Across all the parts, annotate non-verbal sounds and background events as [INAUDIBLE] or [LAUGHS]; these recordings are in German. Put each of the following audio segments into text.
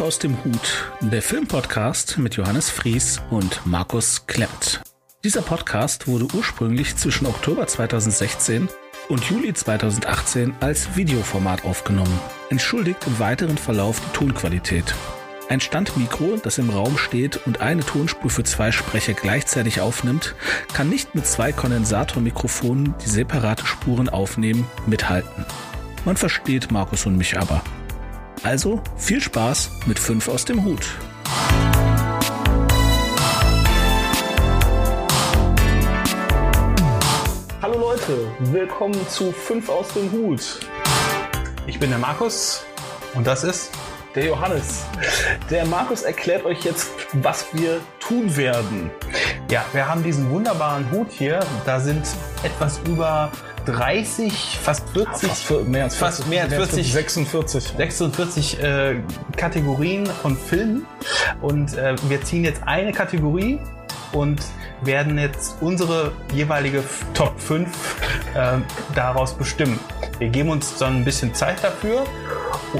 aus dem Hut, der Filmpodcast mit Johannes Fries und Markus Klemmt. Dieser Podcast wurde ursprünglich zwischen Oktober 2016 und Juli 2018 als Videoformat aufgenommen. Entschuldigt im weiteren Verlauf die Tonqualität. Ein Standmikro, das im Raum steht und eine Tonspur für zwei Sprecher gleichzeitig aufnimmt, kann nicht mit zwei Kondensatormikrofonen, die separate Spuren aufnehmen, mithalten. Man versteht Markus und mich aber. Also viel Spaß mit 5 aus dem Hut. Hallo Leute, willkommen zu 5 aus dem Hut. Ich bin der Markus und das ist Der Johannes. Der Markus erklärt euch jetzt, was wir tun werden. ja, wir haben diesen wunderbaren Hut hier. Da sind etwas über 30, fast 40, mehr als fast 40, mehr als 40, 46. 46 äh, Kategorien von Filmen und äh, wir ziehen jetzt eine Kategorie und werden jetzt unsere jeweilige F- Top 5 äh, daraus bestimmen. Wir geben uns dann ein bisschen Zeit dafür.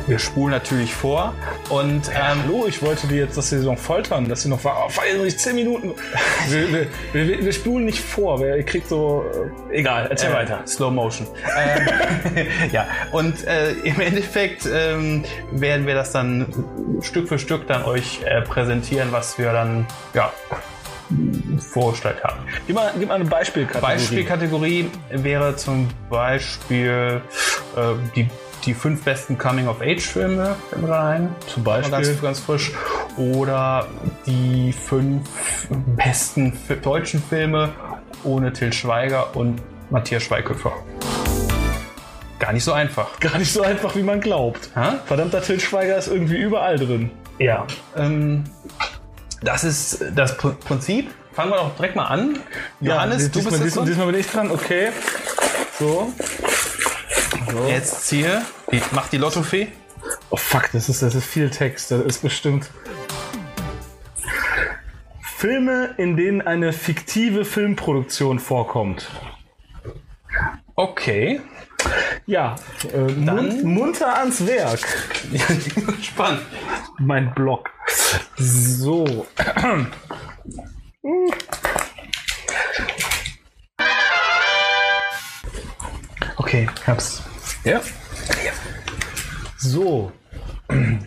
Wir spulen natürlich vor und ähm, Hallo, ich wollte dir jetzt das Saison foltern, dass sie noch war. Oh, weiß nicht, [LAUGHS] 10 Minuten. Wir, wir, wir, wir spulen nicht vor, weil ihr kriegt so. äh, Egal, erzähl Äh, weiter. Slow Motion. ähm, [LAUGHS] ja, und äh, im Endeffekt ähm, werden wir das dann Stück für Stück dann euch äh, präsentieren, was wir dann ja, vorgestellt haben. Gib mal, gib mal eine Beispielkategorie. Beispielkategorie wäre zum Beispiel äh, die, die fünf besten Coming-of-Age-Filme fällt mir gerade ein. Zum Beispiel. Ganz, ganz frisch. Oder die fünf besten fi- deutschen Filme ohne Till Schweiger und Matthias Schweighöfer. Gar nicht so einfach. Gar nicht so einfach, wie man glaubt. Hä? Verdammter Til Schweiger ist irgendwie überall drin. Ja. Ähm, das ist das Pr- Prinzip. Fangen wir doch direkt mal an. Johannes, du bist jetzt diesmal, dran. diesmal bin ich dran, okay. So. Jetzt ziehe. Die- Mach die Lottofee. Oh fuck, das ist, das ist viel Text. Das ist bestimmt. Filme, in denen eine fiktive Filmproduktion vorkommt. Okay. Ja, äh, mun munter ans Werk. Spannend. Mein Blog. So. Okay, hab's. Ja. So.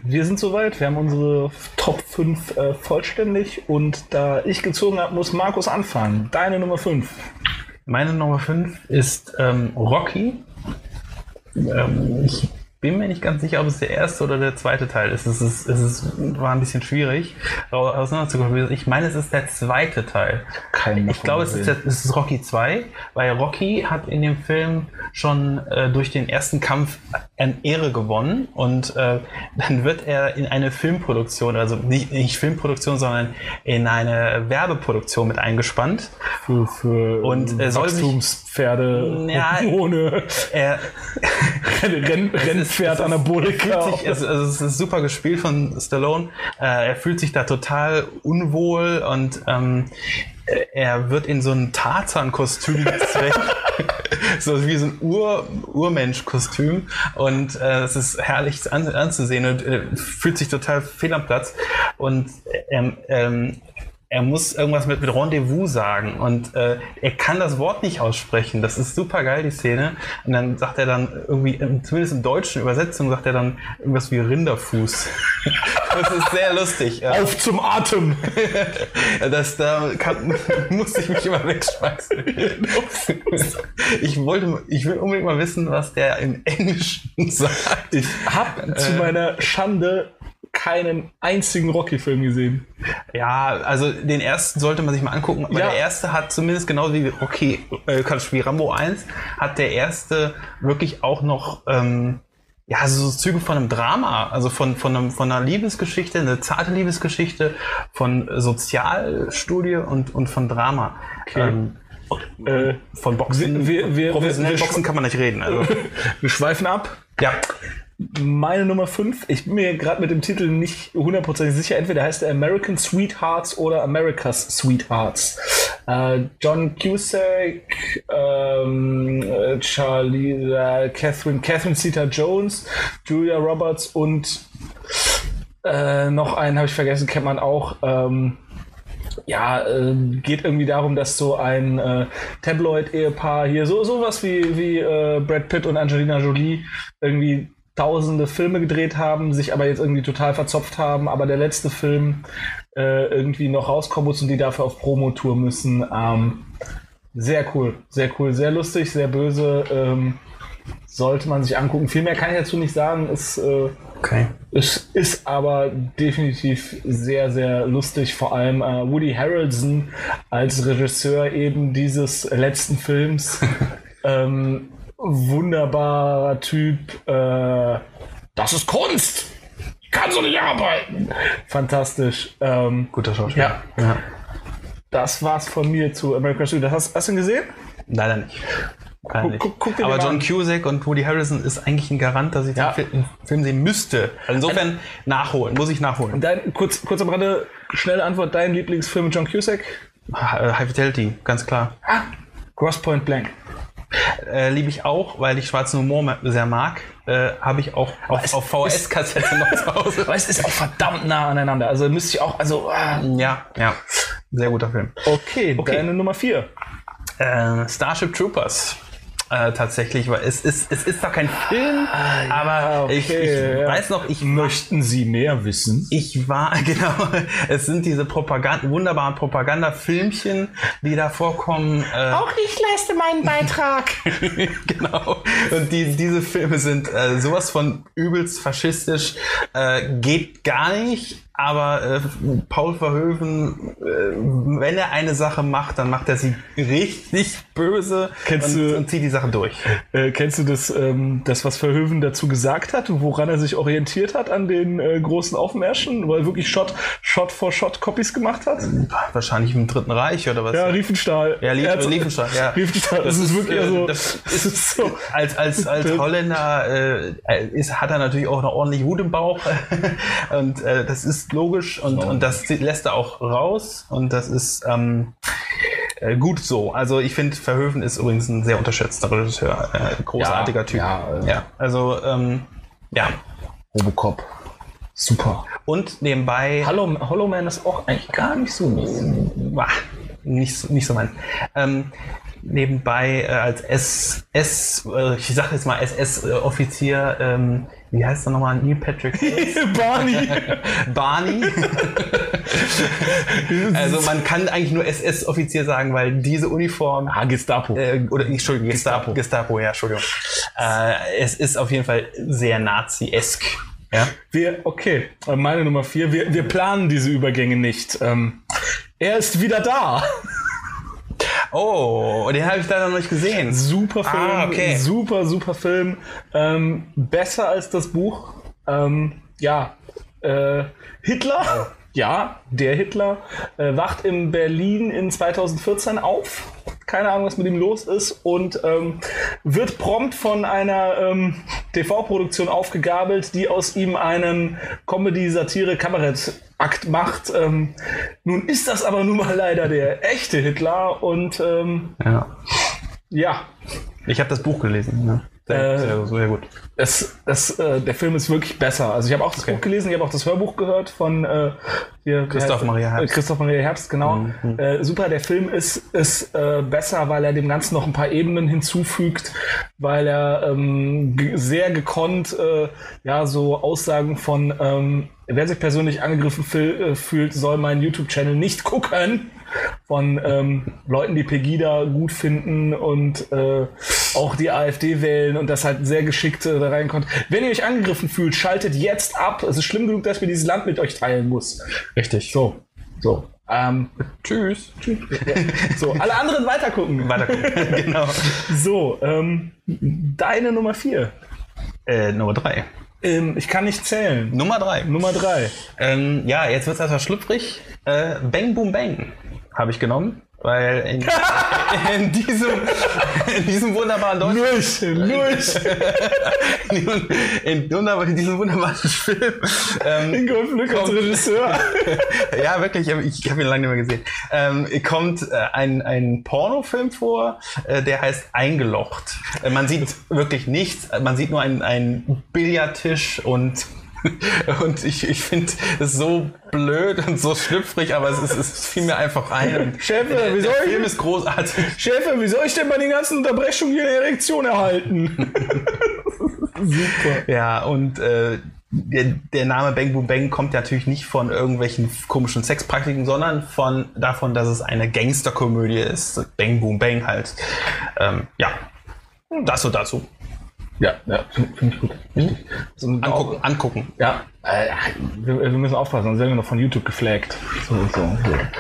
Wir sind soweit. Wir haben unsere Top 5 äh, vollständig. Und da ich gezogen habe, muss Markus anfangen. Deine Nummer 5. Meine Nummer 5 ist ähm, Rocky. Ähm, ich bin mir nicht ganz sicher, ob es der erste oder der zweite Teil ist. Es, ist, es ist, war ein bisschen schwierig au- auseinanderzukommen. Ich meine, es ist der zweite Teil. Kein Ich glaube, es ist, der, es ist Rocky 2, weil Rocky hat in dem Film schon äh, durch den ersten Kampf an Ehre gewonnen und äh, dann wird er in eine Filmproduktion, also nicht, nicht Filmproduktion, sondern in eine Werbeproduktion mit eingespannt. für, für Und, äh, soll sich- Wachstumspferde Ja. ohne Er, Renn, Rennpferd Anabolika. fühlt sich, es, also es ist super gespielt von Stallone. Äh, er fühlt sich da total unwohl und ähm, äh, er wird in so ein Tarzan-Kostüm [LAUGHS] gezwängt. so wie so ein Ur Urmensch-Kostüm. Und äh, es ist herrlich an, anzusehen und äh, fühlt sich total fehl am Platz. Und ähm, ähm, er muss irgendwas mit, mit Rendezvous sagen und äh, er kann das Wort nicht aussprechen. Das ist super geil, die Szene. Und dann sagt er dann irgendwie, ähm, zumindest in deutschen Übersetzung, sagt er dann irgendwas wie Rinderfuß. [LAUGHS] das ist sehr lustig. Ja. Auf zum Atem! Das, da kann, [LAUGHS] musste ich mich immer wegschmeißen. ich wollte, ich will unbedingt mal wissen, was der im Englischen [LAUGHS] sagt. Ich habe zu meiner Schande keinen einzigen Rocky-Film gesehen. Ja, also den ersten sollte man sich mal angucken, weil Ja. der erste hat zumindest genau wie okay, äh, Quatsch, wie Rambo 1 hat der erste wirklich auch noch ähm, ja, so Züge von einem Drama, also von, von, einem, von einer Liebesgeschichte, eine zarte Liebesgeschichte, von äh, Sozialstudie und, und von Drama. Ähm, Äh, von Boxen. Wir- wir- wir- professionell wir- Boxen kann man nicht reden. [LAUGHS] Also, wir schweifen ab. ja, Meine Nummer 5, ich bin mir gerade mit dem Titel nicht hundertprozentig sicher. Entweder heißt er American Sweethearts oder America's Sweethearts. Äh, John Cusack, ähm, äh, Charlie, äh, Catherine, Catherine Zeta Jones, Julia Roberts und Äh, noch einen habe ich vergessen, kennt man auch. Ähm, ja, äh, geht irgendwie darum, dass so ein äh, Tabloid-Ehepaar hier so sowas wie, wie äh, Brad Pitt und Angelina Jolie irgendwie tausende Filme gedreht haben, sich aber jetzt irgendwie total verzopft haben, aber der letzte Film äh, irgendwie noch rauskommen muss und die dafür auf Promotour müssen. Ähm, sehr cool, sehr cool, sehr lustig, sehr böse. Ähm, sollte man sich angucken. Viel mehr kann ich dazu nicht sagen. Es, äh, Okay. es ist aber definitiv sehr, sehr lustig. Vor allem äh, Woody Harrelson als Regisseur eben dieses letzten Films. ähm, wunderbarer Typ. Äh, das ist Kunst! Ich kann so nicht arbeiten! Fantastisch. Ähm, Guter Schauspieler. Ja. ja. das war's von mir zu American Studio. Das hast, hast du ihn gesehen? Leider nicht. Leider Guck- nicht. guck- guck dir den Aber mal John an. Cusack und Woody Harrison ist eigentlich ein Garant, dass ich Ja. den Fil- den Film sehen müsste. Also insofern nachholen, muss ich nachholen. Dein, kurz, kurz am Rande, schnelle Antwort: Dein Lieblingsfilm mit John Cusack? Ha- äh, High Fidelity, ganz klar. Ah, Cross Point Blank. Äh, Liebe ich auch, weil ich schwarzen Humor ma- sehr mag. Äh, Habe ich auch auf, auf VHS-Kassette noch zu [LAUGHS] Hause. Aber es ist auch verdammt nah aneinander. Also müsste ich auch, also. Ah. Ja, ja. Sehr guter Film. Okay, Okay. deine Nummer 4. Äh, Starship Troopers. Äh, tatsächlich, weil es ist, es ist doch kein Film, aber ich, ich Ah, okay, ja. weiß noch, ich Möchten Sie mehr wissen? Ich war, [LAUGHS] genau, es sind diese Propaganda, wunderbaren Propagandafilmchen, die da vorkommen. Äh, Auch ich leiste meinen Beitrag. [LAUGHS] genau. Und die, diese Filme sind äh, sowas von übelst faschistisch, äh, geht gar nicht. Aber äh, Paul Verhoeven, äh, wenn er eine Sache macht, dann macht er sie richtig böse und, Kennst du- und zieht die Sache durch. Äh, kennst du das, ähm, das, was Verhöven dazu gesagt hat, woran er sich orientiert hat an den äh, großen Aufmärschen, weil er wirklich Shot, Shot for Shot Copies gemacht hat? Wahrscheinlich im Dritten Reich oder was? Ja, Riefenstahl. Ja, Lie Er hat's- Liefenstein, [LAUGHS] ja. Riefenstahl, das, ist wirklich, äh, also, das [LAUGHS] das ist so. als, als, als Holländer äh, ist, hat er natürlich auch noch ordentlich Wut im Bauch. [LAUGHS] und äh, das ist logisch und, und das lässt er auch raus. Und das ist ähm, äh, gut so. Also ich finde, Verhöfen ist übrigens ein sehr unterschätzter Regisseur. Äh, großartiger Ja, Typ. ja, äh. ja. Also, ähm, ja. Robocop. Super. Und nebenbei... Hallo, Hollow Man ist auch eigentlich gar nicht so mies. Wah, nicht, so- nicht so mein. Ähm, nebenbei äh, als SS, äh, ich sag jetzt mal SS-Offizier, ähm, wie heißt er nochmal? Neil Patrick Harris? Barney. [LAUGHS] Barney. also man kann eigentlich nur SS-Offizier sagen, weil diese Uniform [LAUGHS] ah, Gestapo. äh, oder Entschuldigung, Gestapo. Gestapo, ja, Entschuldigung. Äh, es ist auf jeden Fall sehr Nazi-esk. Ja? Wir, okay, äh, meine Nummer vier. Wir, wir planen diese Übergänge nicht. Ähm, er ist wieder da. Oh, den habe ich leider noch nicht gesehen. Super Film. Ah, okay. Super, super Film. Ähm, besser als das Buch. Ähm, ja. Äh, Oh. Hitler. Ja, der Hitler äh, wacht in Berlin in 2014 auf. Keine Ahnung, was mit ihm los ist und ähm, wird prompt von einer ähm, TV-Produktion aufgegabelt, die aus ihm einen Comedy-Satire-Kabarett-Akt macht. Ähm, nun ist das aber nun mal leider der echte Hitler und ähm, Ja. ja, Ich habe das Buch gelesen. Ne? Sehr, Äh, sehr, sehr [LAUGHS] gut. Das, das, äh, der Film ist wirklich besser. Also ich habe auch das Buch gelesen, ich habe auch das Hörbuch gehört von äh, hier, wie Christoph heißt er? Maria Herbst. Äh, Christoph Maria Herbst, genau. Äh, super, der Film ist, ist äh, besser, weil er dem Ganzen noch ein paar Ebenen hinzufügt, weil er ähm, ge- sehr gekonnt äh, ja so Aussagen von ähm, wer sich persönlich angegriffen fil- äh, fühlt, soll meinen YouTube-Channel nicht gucken von ähm, Leuten, die Pegida gut finden und äh, auch die AfD wählen und das halt sehr geschickt äh, da reinkommt. Wenn ihr euch angegriffen fühlt, schaltet jetzt ab. Es ist schlimm genug, dass wir dieses Land mit euch teilen muss. Richtig. So, so. Ähm, Tschüss. so, alle anderen weitergucken. Weiter. genau. So, ähm, deine Nummer 4. Äh, Nummer drei. Ähm, ich kann nicht zählen. Nummer drei. Nummer 3. Ähm, ja, jetzt wird's etwas schlüpfrig. Äh, Bang Boom Bang habe ich genommen, weil [LAUGHS] in, in, diesem, in diesem wunderbaren Deutsch Durch, durch. [LAUGHS] in, wunder- in diesem wunderbaren Film ähm, Ingolf Lück als Komm. Regisseur. [LAUGHS] ja, wirklich, ich habe ihn lange nicht mehr gesehen. Ähm, kommt äh, ein, ein Pornofilm vor, äh, der heißt Eingelocht. Äh, man sieht wirklich nichts, äh, man sieht nur einen, einen Billardtisch und [LAUGHS] Und ich, ich finde es so blöd und so schlüpfrig, aber es, ist, es fiel mir einfach ein. Und Chef, äh, der, wieso der ich- Film ist großartig. Chefe, wie soll ich denn bei den ganzen Unterbrechungen hier eine Erektion erhalten? Super. Ja, und äh, der, der Name Bang Boom Bang kommt natürlich nicht von irgendwelchen komischen Sexpraktiken, sondern von davon, dass es eine Gangsterkomödie ist. Bang Boom Bang halt. Ähm, ja. Das so dazu. Ja, ja finde ich gut. Richtig. So ein- Angucken, angucken. Ja, äh, wir, wir müssen aufpassen, sonst werden wir noch von YouTube geflaggt. So, so.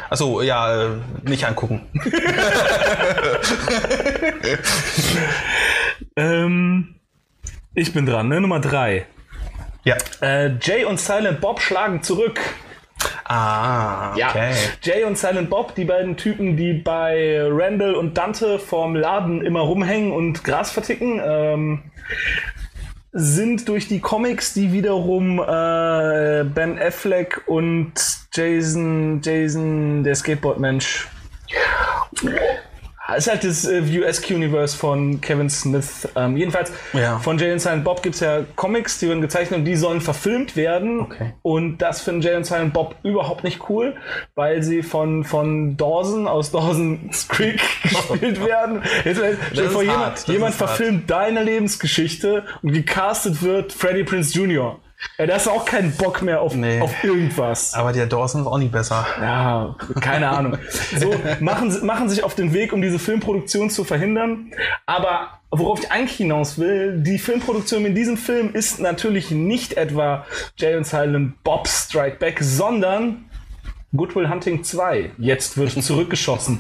Achso, ja, äh, nicht angucken. Ähm, ich bin dran, ne? Nummer 3. Ja. Äh, Jay und Silent Bob schlagen zurück. Ah, Ja. okay. Jay und Silent Bob, die beiden Typen, die bei Randall und Dante vorm Laden immer rumhängen und Gras verticken, ähm, sind durch die Comics, die wiederum äh, Ben Affleck und Jason, Jason, der Skateboardmensch. Ist halt das äh, USQ-Universe von Kevin Smith. Ähm, jedenfalls Ja. von Jay und Silent Bob gibt es ja Comics, die werden gezeichnet und die sollen verfilmt werden. Okay. Und das finden Jay und Silent Bob überhaupt nicht cool, weil sie von, von Dawson aus Dawson's Creek [LAUGHS] gespielt werden. Jetzt, stell dir ist vor, hart, jemand, das jemand ist hart. verfilmt deine Lebensgeschichte und gecastet wird Freddie Prince Jr. Ja, da hast du auch keinen Bock mehr auf, Nee. auf irgendwas. Aber der Dawson ist auch nicht besser. Ja, keine Ahnung. So, machen, sie- machen sich auf den Weg, um diese Filmproduktion zu verhindern. Aber worauf ich eigentlich hinaus will, die Filmproduktion in diesem Film ist natürlich nicht etwa Jay und Silent Bob Strike Back, sondern Goodwill Hunting 2. Jetzt wird zurückgeschossen.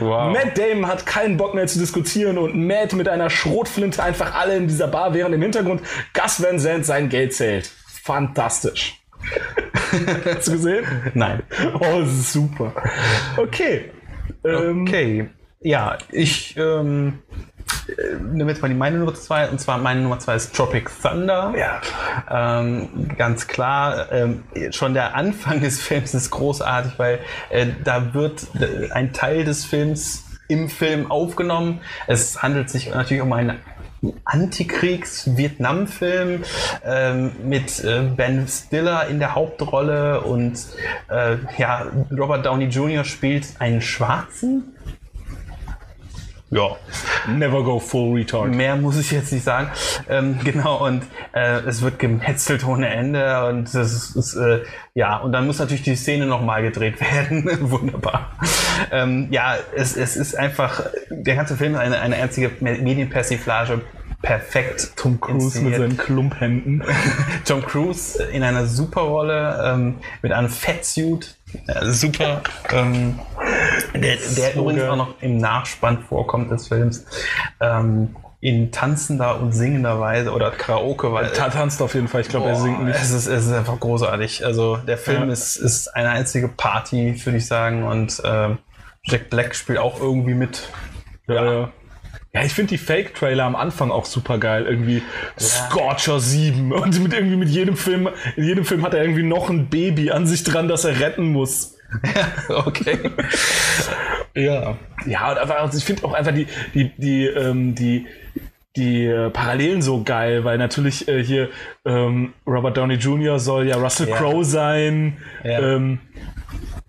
Wow. Matt Damon hat keinen Bock mehr zu diskutieren und Matt mit einer Schrotflinte einfach alle in dieser Bar, während im Hintergrund Gus Van Sant sein Geld zählt. Fantastisch. [LAUGHS] Hast du gesehen? Nein. [LAUGHS] Oh, das ist super. Okay. Ähm, Okay. Ja, ich ähm, äh, nehme jetzt mal die meine Nummer zwei Und zwar meine Nummer zwei ist Tropic Thunder. Ja. Ähm, ganz klar, ähm, schon der Anfang des Films ist großartig, weil äh, da wird äh, ein Teil des Films im Film aufgenommen. Es handelt sich natürlich um einen Antikriegs-Vietnam-Film ähm, mit äh, Ben Stiller in der Hauptrolle und äh, ja, Robert Downey Jr. spielt einen Schwarzen. Ja, Never go full retard. Mehr muss ich jetzt nicht sagen. Ähm, genau, und äh, es wird gemetzelt ohne Ende und das ist, ist äh, ja, und dann muss natürlich die Szene nochmal gedreht [LAUGHS] werden. Wunderbar. Ähm, ja, es, es ist einfach, der ganze Film ist eine, eine einzige Me- Medienpersiflage. Perfekt. Tom Klumphänden. [LAUGHS] Tom Cruise in einer Superrolle ähm, mit einem Fettsuit. Äh, [LAUGHS] super. ähm, der der So übrigens geil. auch noch im Nachspann vorkommt des Films. Ähm, in tanzender und singender Weise oder Karaoke-Weise. Ta tanzt auf jeden Fall. Ich glaube, er singt Äh, Boah, nicht. Es ist, es ist einfach großartig. Also der Film Ja. ist, ist eine einzige Party, würde ich sagen. Und ähm, Jack Black spielt auch irgendwie mit. Ja, ja. Ja, ich finde die Fake-Trailer am Anfang auch super geil. Irgendwie Scorcher 7. Und mit irgendwie mit jedem Film, in jedem Film hat er irgendwie noch ein Baby an sich dran, das er retten muss. [LAUGHS] okay. ja. Ja, und einfach, also ich finde auch einfach die, die, die, ähm, die, die äh, Parallelen so geil, weil natürlich äh, hier ähm, Robert Downey Jr. soll ja Russell Ja. Crowe sein. Ja. Ähm,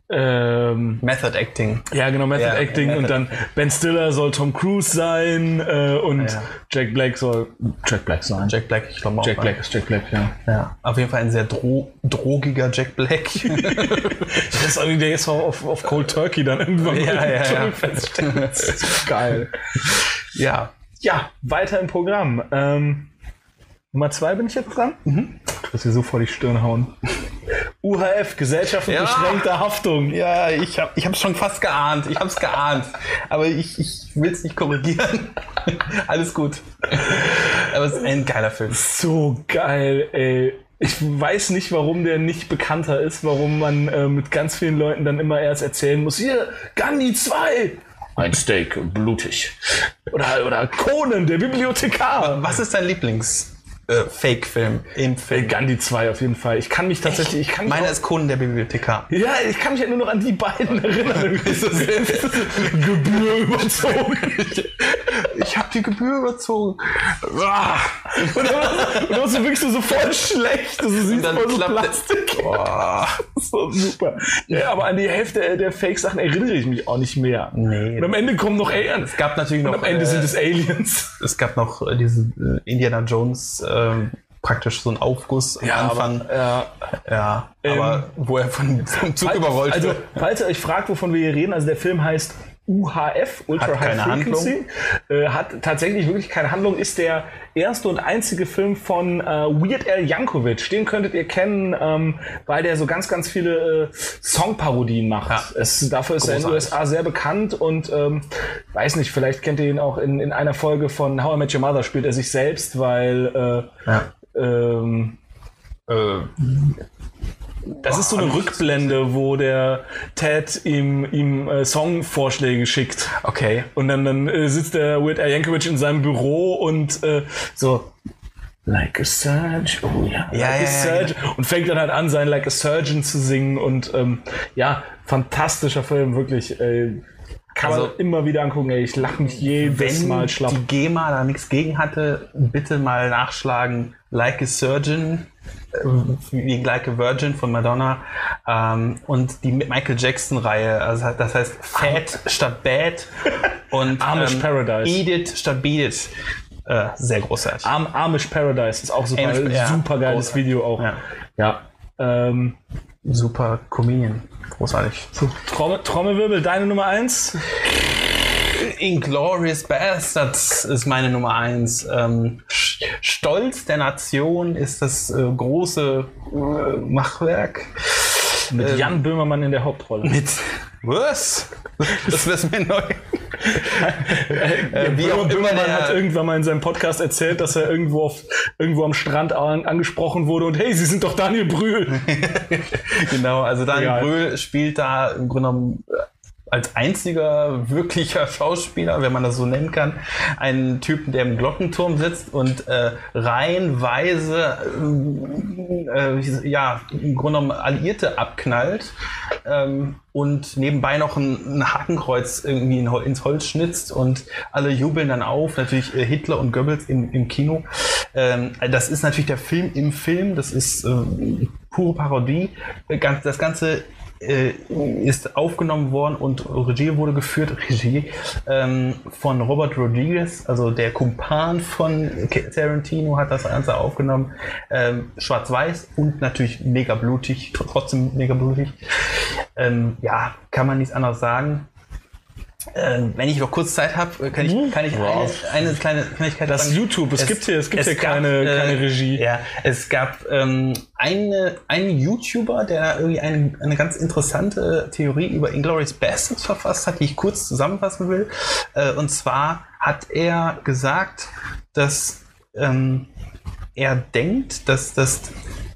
ähm, [LAUGHS] Method Acting. ja, genau, Method Ja, Acting Method und dann Ben Stiller soll Tom Cruise sein äh, und Ja. Jack Black soll Jack Black sein. Jack Black, ich glaube auch. Jack ne? Black ist Jack Black, ja. Ja, auf jeden Fall ein sehr dro drogiger Jack [LAUGHS] Black. Das ist irgendwie, der ist auch auf, auf Cold Turkey dann irgendwann Ja, [LAUGHS] mal ja, ja. Dschungel feststeckt. Das ist geil. ja. Ja, weiter im Programm. Ähm, Nummer zwei bin ich jetzt dran. Du wirst dir so vor die Stirn hauen. UHF, Gesellschaft mit Ja. beschränkter Haftung. Ja, ich habe ich hab's schon fast geahnt. Ich hab's geahnt. Aber ich, ich will's nicht korrigieren. [LAUGHS] Alles gut. Aber es ist ein geiler Film. So geil, ey. Ich weiß nicht, warum der nicht bekannter ist, warum man äh, mit ganz vielen Leuten dann immer erst erzählen muss, hier, Gandhi 2. Ein Steak, blutig. Oder, oder Conan, der Bibliothekar. Was ist dein Lieblings? äh, Fake-Film im Film. Gandhi 2 auf jeden Fall. Ich kann mich tatsächlich, ich kann mich Meiner ist Conan der Bibliothekar. auch, ja, ich kann mich ja nur noch an die beiden [LAUGHS] erinnern. Gebühr überzogen. Ich habe die Gebühr überzogen. Ah. Und dann, und dann hast du wirklich so, so voll schlecht. Das ist dann voll so klappt der- Plastik. Boah. So super. Ja, aber an die Hälfte der Fake-Sachen erinnere ich mich auch nicht mehr. Nee. Und am Ende kommen noch Aliens. Es gab natürlich noch. Und am Ende äh, sind es Aliens. es gab noch äh, diese äh, Indiana Jones, ähm, praktisch so einen Aufguss am Anfang. Aber, ja. äh, ja, ähm, aber wo er von, vom Zug überrollt Also, wird. falls ihr euch fragt, wovon wir hier reden, also der Film heißt UHF, Ultra Hat keine High Frequency, Handlung. äh, hat tatsächlich wirklich keine Handlung, ist der erste und einzige Film von äh, Weird Al Yankovic. Den könntet ihr kennen, ähm, weil der so ganz, ganz viele äh, Songparodien macht. Ja. Es, dafür ist er in den Großartig. USA sehr bekannt und ähm, weiß nicht, vielleicht kennt ihr ihn auch in, in einer Folge von How I Met Your Mother spielt er sich selbst, weil äh, Ja. ähm, Äh, Das ist so eine Rückblende, wo der Ted ihm, ihm äh, Songvorschläge schickt. okay. Und dann, dann äh, sitzt der Weird Al Yankovic in seinem Büro und äh, so Like a Surge, oh ja, like Ja, ja, a ja, genau. Surge und fängt dann halt an, sein Like a Surgeon zu singen und ähm, ja, fantastischer Film, wirklich. Äh, kann Also- man immer wieder angucken, ey, ich lache mich jedes Wenn Mal schlapp. die GEMA da nichts gegen hatte, bitte mal nachschlagen. Like a Surgeon, äh, wie Like a Virgin von Madonna ähm, und die Michael Jackson-Reihe. Also das heißt Fat statt [LAUGHS] Bad und Amish Paradise. Ah. Edith statt Beat. Äh, sehr großartig. Am Amish Paradise ist auch super, Amish- ja, super geiles großartig. Video auch. Ja. ja. Ähm, Super Comedian. Großartig. Trommel, Trommelwirbel, deine Nummer 1. Inglorious Bastards ist meine Nummer eins. Ähm, Sch- Stolz der Nation ist das äh, große äh, Machwerk. Mit Ähm. Jan Böhmermann in der Hauptrolle. Mit was? Das wär's mir neu. äh, wie auch Böhmer- immer Böhmermann der- hat irgendwann mal in seinem Podcast erzählt, dass er irgendwo, auf, irgendwo am Strand an, angesprochen wurde und hey, Sie sind doch Daniel Brühl. [LAUGHS] genau, also Daniel Egal. Brühl spielt da im Grunde genommen äh, als einziger wirklicher [LAUGHS] Schauspieler, wenn man das so nennen kann, einen Typen, der im Glockenturm sitzt und äh, reihenweise äh, äh, ja, im Grunde genommen Alliierte abknallt ähm, und nebenbei noch ein, ein Hakenkreuz irgendwie in, Hol- ins Holz schnitzt und alle jubeln dann auf, natürlich äh, Hitler und Goebbels im, im Kino. Ähm, das ist natürlich der Film im Film, das ist ähm, pure Parodie. Äh, ganz- Das Ganze äh, ist aufgenommen worden und Regie wurde geführt, [LAUGHS] Regie, ähm, von Robert Rodriguez, also der Kumpan von Tarantino hat das Ganze aufgenommen. Ähm, Schwarz-Weiß und natürlich mega blutig, tr- trotzdem mega blutig. Ähm, ja, kann man nichts anderes sagen. Ähm, wenn ich noch kurz Zeit habe, kann ich, kann ich Wow. eine, eine kleine Kleinigkeit Das YouTube, es gibt hier- es äh, gibt hier keine- keine Regie. äh, ja, es gab ähm, eine, einen YouTuber, der da irgendwie eine, eine ganz interessante Theorie über Inglourious Bastards verfasst hat, die ich kurz zusammenfassen will. Äh, und zwar hat er gesagt, dass ähm, er denkt, dass das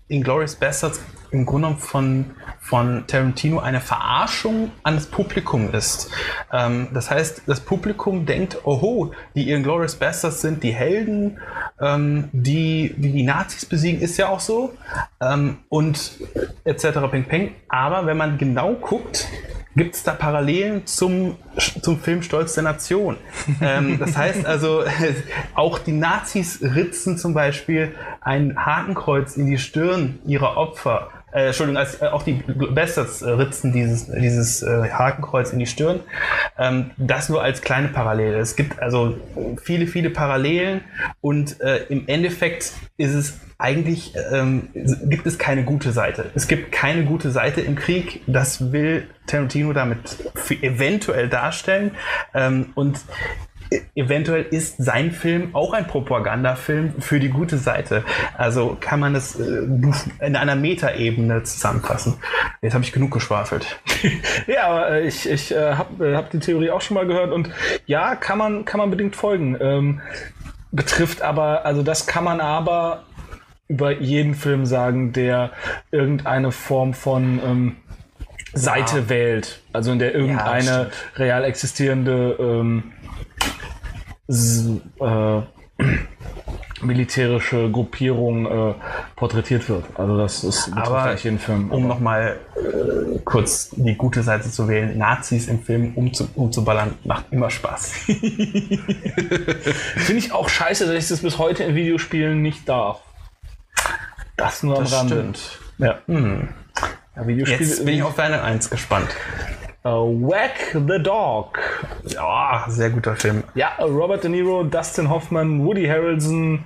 Inglourious Bastards im Grunde genommen von, von Tarantino eine Verarschung an das Publikum ist. Ähm, das heißt, das Publikum denkt, oho, die Inglourious Bastards sind die Helden, ähm, die, die die Nazis besiegen, ist ja auch so, ähm, und etc. Peng Peng. Aber wenn man genau guckt, gibt es da Parallelen zum, zum Film Stolz der Nation. ähm, das heißt also, [LAUGHS] auch die Nazis ritzen zum Beispiel ein Hakenkreuz in die Stirn ihrer Opfer. Äh, Entschuldigung, als, äh, auch die Bastards äh, ritzen dieses, dieses äh, Hakenkreuz in die Stirn. Ähm, das nur als kleine Parallele. Es gibt also viele, viele Parallelen und äh, im Endeffekt ist es eigentlich ähm, gibt es keine gute Seite. Es gibt keine gute Seite im Krieg. Das will Tarantino damit f- eventuell darstellen. Ähm, und e- eventuell ist sein Film auch ein Propagandafilm für die gute Seite. Also kann man das äh, in einer Metaebene zusammenfassen. Jetzt habe ich genug geschwafelt. [LAUGHS] ja, aber äh, ich, ich äh, habe äh, hab die Theorie auch schon mal gehört und ja, kann man, kann man bedingt folgen. Ähm, betrifft aber, also das kann man aber über jeden Film sagen, der irgendeine Form von ähm, Seite wählt. Also in der Ja, irgendeine stimmt. real existierende ähm, s- äh, [CLEARS THROAT] militärische Gruppierung äh, porträtiert wird. Also das ist Aber eigentlich jeden Film. um nochmal äh, kurz die gute Seite zu wählen, Nazis im Film umzu, umzuballern macht immer Spaß. [LAUGHS] Finde ich auch scheiße, dass ich das bis heute in Videospielen nicht darf. Das nur am Das Rande. stimmt. Ja. ja Videospiele Jetzt bin ich auf deine Eins gespannt. äh, Whack the Dog. Ja, sehr guter Film. Ja, Robert De Niro, Dustin Hoffman, Woody Harrelson,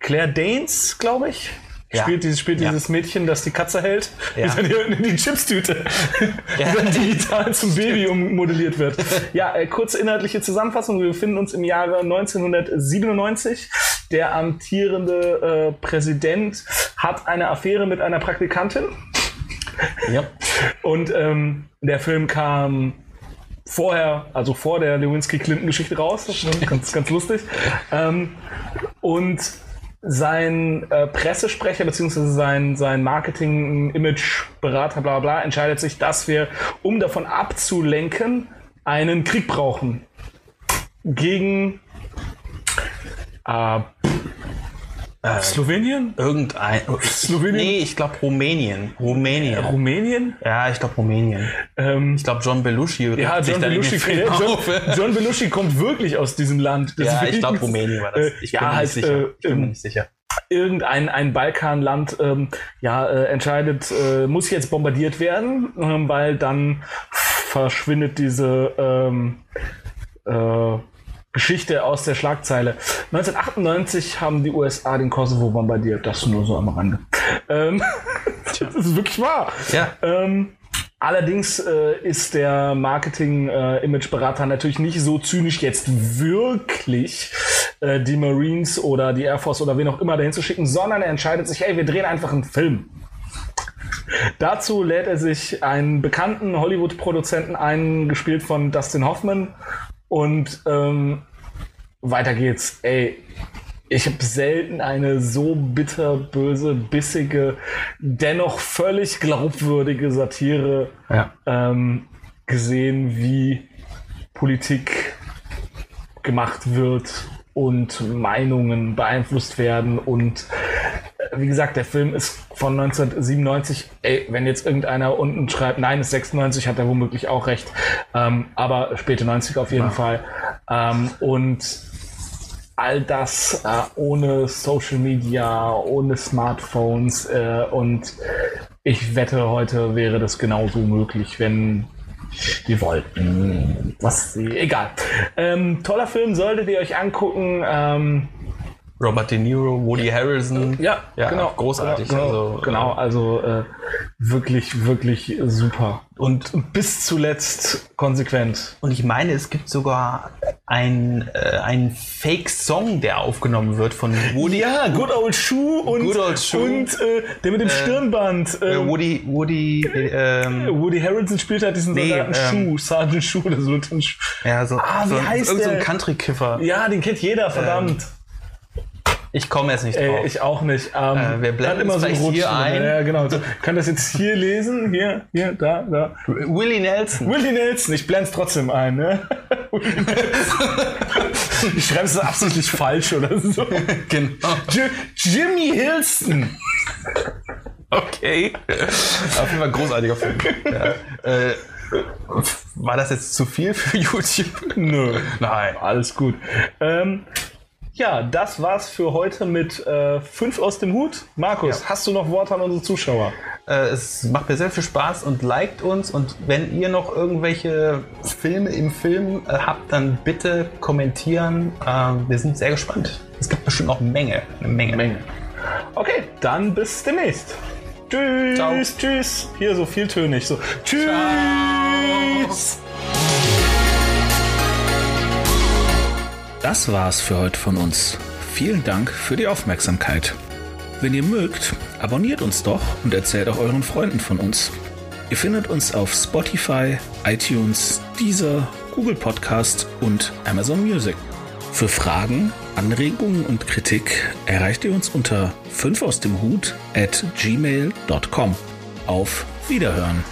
Claire Danes, glaube ich. Ja. Spielt, dieses, spielt Ja. dieses Mädchen, das die Katze hält, Ja. die dann hier [LAUGHS] in die Chipstüte Ja. die dann [LAUGHS] digital zum Baby ummodelliert wird. Ja, äh, kurze inhaltliche Zusammenfassung. Wir befinden uns im Jahre 1997. Der amtierende äh, Präsident hat eine Affäre mit einer Praktikantin. Ja. Und ähm, der Film kam vorher, also vor der Lewinsky-Clinton-Geschichte raus. Das ist ganz, ganz lustig. Ähm, und sein äh, Pressesprecher bzw. sein, sein Marketing-Image-Berater, bla bla, entscheidet sich, dass wir, um davon abzulenken, einen Krieg brauchen. Gegen äh, äh, Slowenien? Irgendein. Oh, Slowenien? Nee, ich glaube Rumänien. Rumänien. Rumänien? Ja, ich glaube Rumänien. Ähm, Ich glaube John Belushi. Ja, regt sich John dann in den [LAUGHS] Belushi, Film John, auf. John Belushi kommt wirklich aus diesem Land. Das Ja, ist ich glaube wenigstens- Rumänien war das. Äh, Ich bin ja, mir halt, nicht sicher. äh, Ich bin mir ähm, nicht sicher. irgendein ein Balkanland ähm, ja, äh, entscheidet, äh, muss jetzt bombardiert werden, ähm, weil dann verschwindet diese ähm, äh, Geschichte aus der Schlagzeile. 1998 haben die USA den Kosovo bombardiert. Das nur so am Rande. Ähm, [LAUGHS] das ist wirklich wahr. Ja. Ähm, allerdings äh, ist der Marketing-Image-Berater natürlich nicht so zynisch jetzt wirklich äh, die Marines oder die Air Force oder wen auch immer dahin zu schicken, sondern er entscheidet sich, hey, wir drehen einfach einen Film. Dazu lädt er sich einen bekannten Hollywood-Produzenten ein, gespielt von Dustin Hoffman. Und ähm, weiter geht's. Ey, ich habe selten eine so bitterböse, bissige, dennoch völlig glaubwürdige Satire Ja. ähm, gesehen, wie Politik gemacht wird und Meinungen beeinflusst werden. Und äh, wie gesagt, der Film ist von 1997. Ey, wenn jetzt irgendeiner unten schreibt, nein, ist 96, hat er womöglich auch recht. Ähm, aber späte 90 auf jeden Fall. Ähm, und all das äh, ohne Social Media, ohne Smartphones äh, und ich wette, heute wäre das genauso möglich, wenn die wollten. Was sie. Egal. Ähm, toller Film, solltet ihr euch angucken. Ähm, Robert De Niro, Woody Harrelson. ja, ja, genau. großartig. Genau, also, äh, genau, also äh, wirklich, wirklich super. Und, Bis zuletzt konsequent. und ich meine, es gibt sogar ein, äh, einen Fake-Song, der aufgenommen wird von Woody, Ja, Good Old Shoe und, Good Old Ähm, Shoe. und äh, der mit dem Stirnband. äh, ähm, Woody, Woody, äh, ähm, Woody Harrelson spielt halt diesen Nee, Soldaten ähm, Schuh, Sergeant Schuh oder so. den Sch- ja, so, Ah, wie so, ein- heißt irgend so ein der? Ähm, Country-Kiffer. Ja, den kennt jeder, verdammt. Ich komme jetzt nicht drauf. Ey, ich auch nicht. Ähm, Äh, wir hat blenden es einen vielleicht Rutsch hier drin. ein. Ja, genau. So, kann das jetzt hier lesen? Hier, hier, da, da. Willie Nelson. [LAUGHS] Willie Nelson, ich blende es trotzdem [LAUGHS] ein, ne? Willie Nelson. ich schreibe es absichtlich falsch oder so. [LAUGHS] Genau. Ji- Jimmy Hilston. Okay. Auf jeden Fall ein großartiger Film. Ja. Äh, war das jetzt zu viel für [LAUGHS] YouTube? Nö. Nein. Alles gut. Ähm, ja, das war's für heute mit äh, fünf aus dem Hut. Markus, Ja. hast du noch Worte an unsere Zuschauer? Äh, es macht mir sehr viel Spaß und liked uns. Und wenn ihr noch irgendwelche Filme im Film äh, habt, dann bitte kommentieren. Äh, wir sind sehr gespannt. Es gibt bestimmt auch Menge. Eine Menge. Okay, dann bis demnächst. Tschüss, Ciao. tschüss. Hier so vieltönig. So. Tschüss. Das war's für heute von uns. Vielen Dank für die Aufmerksamkeit. Wenn ihr mögt, abonniert uns doch und erzählt auch euren Freunden von uns. Ihr findet uns auf Spotify, iTunes, Deezer, Google Podcast und Amazon Music. Für Fragen, Anregungen und Kritik erreicht ihr uns unter 5 aus dem Hut at gmail.com. Auf Wiederhören!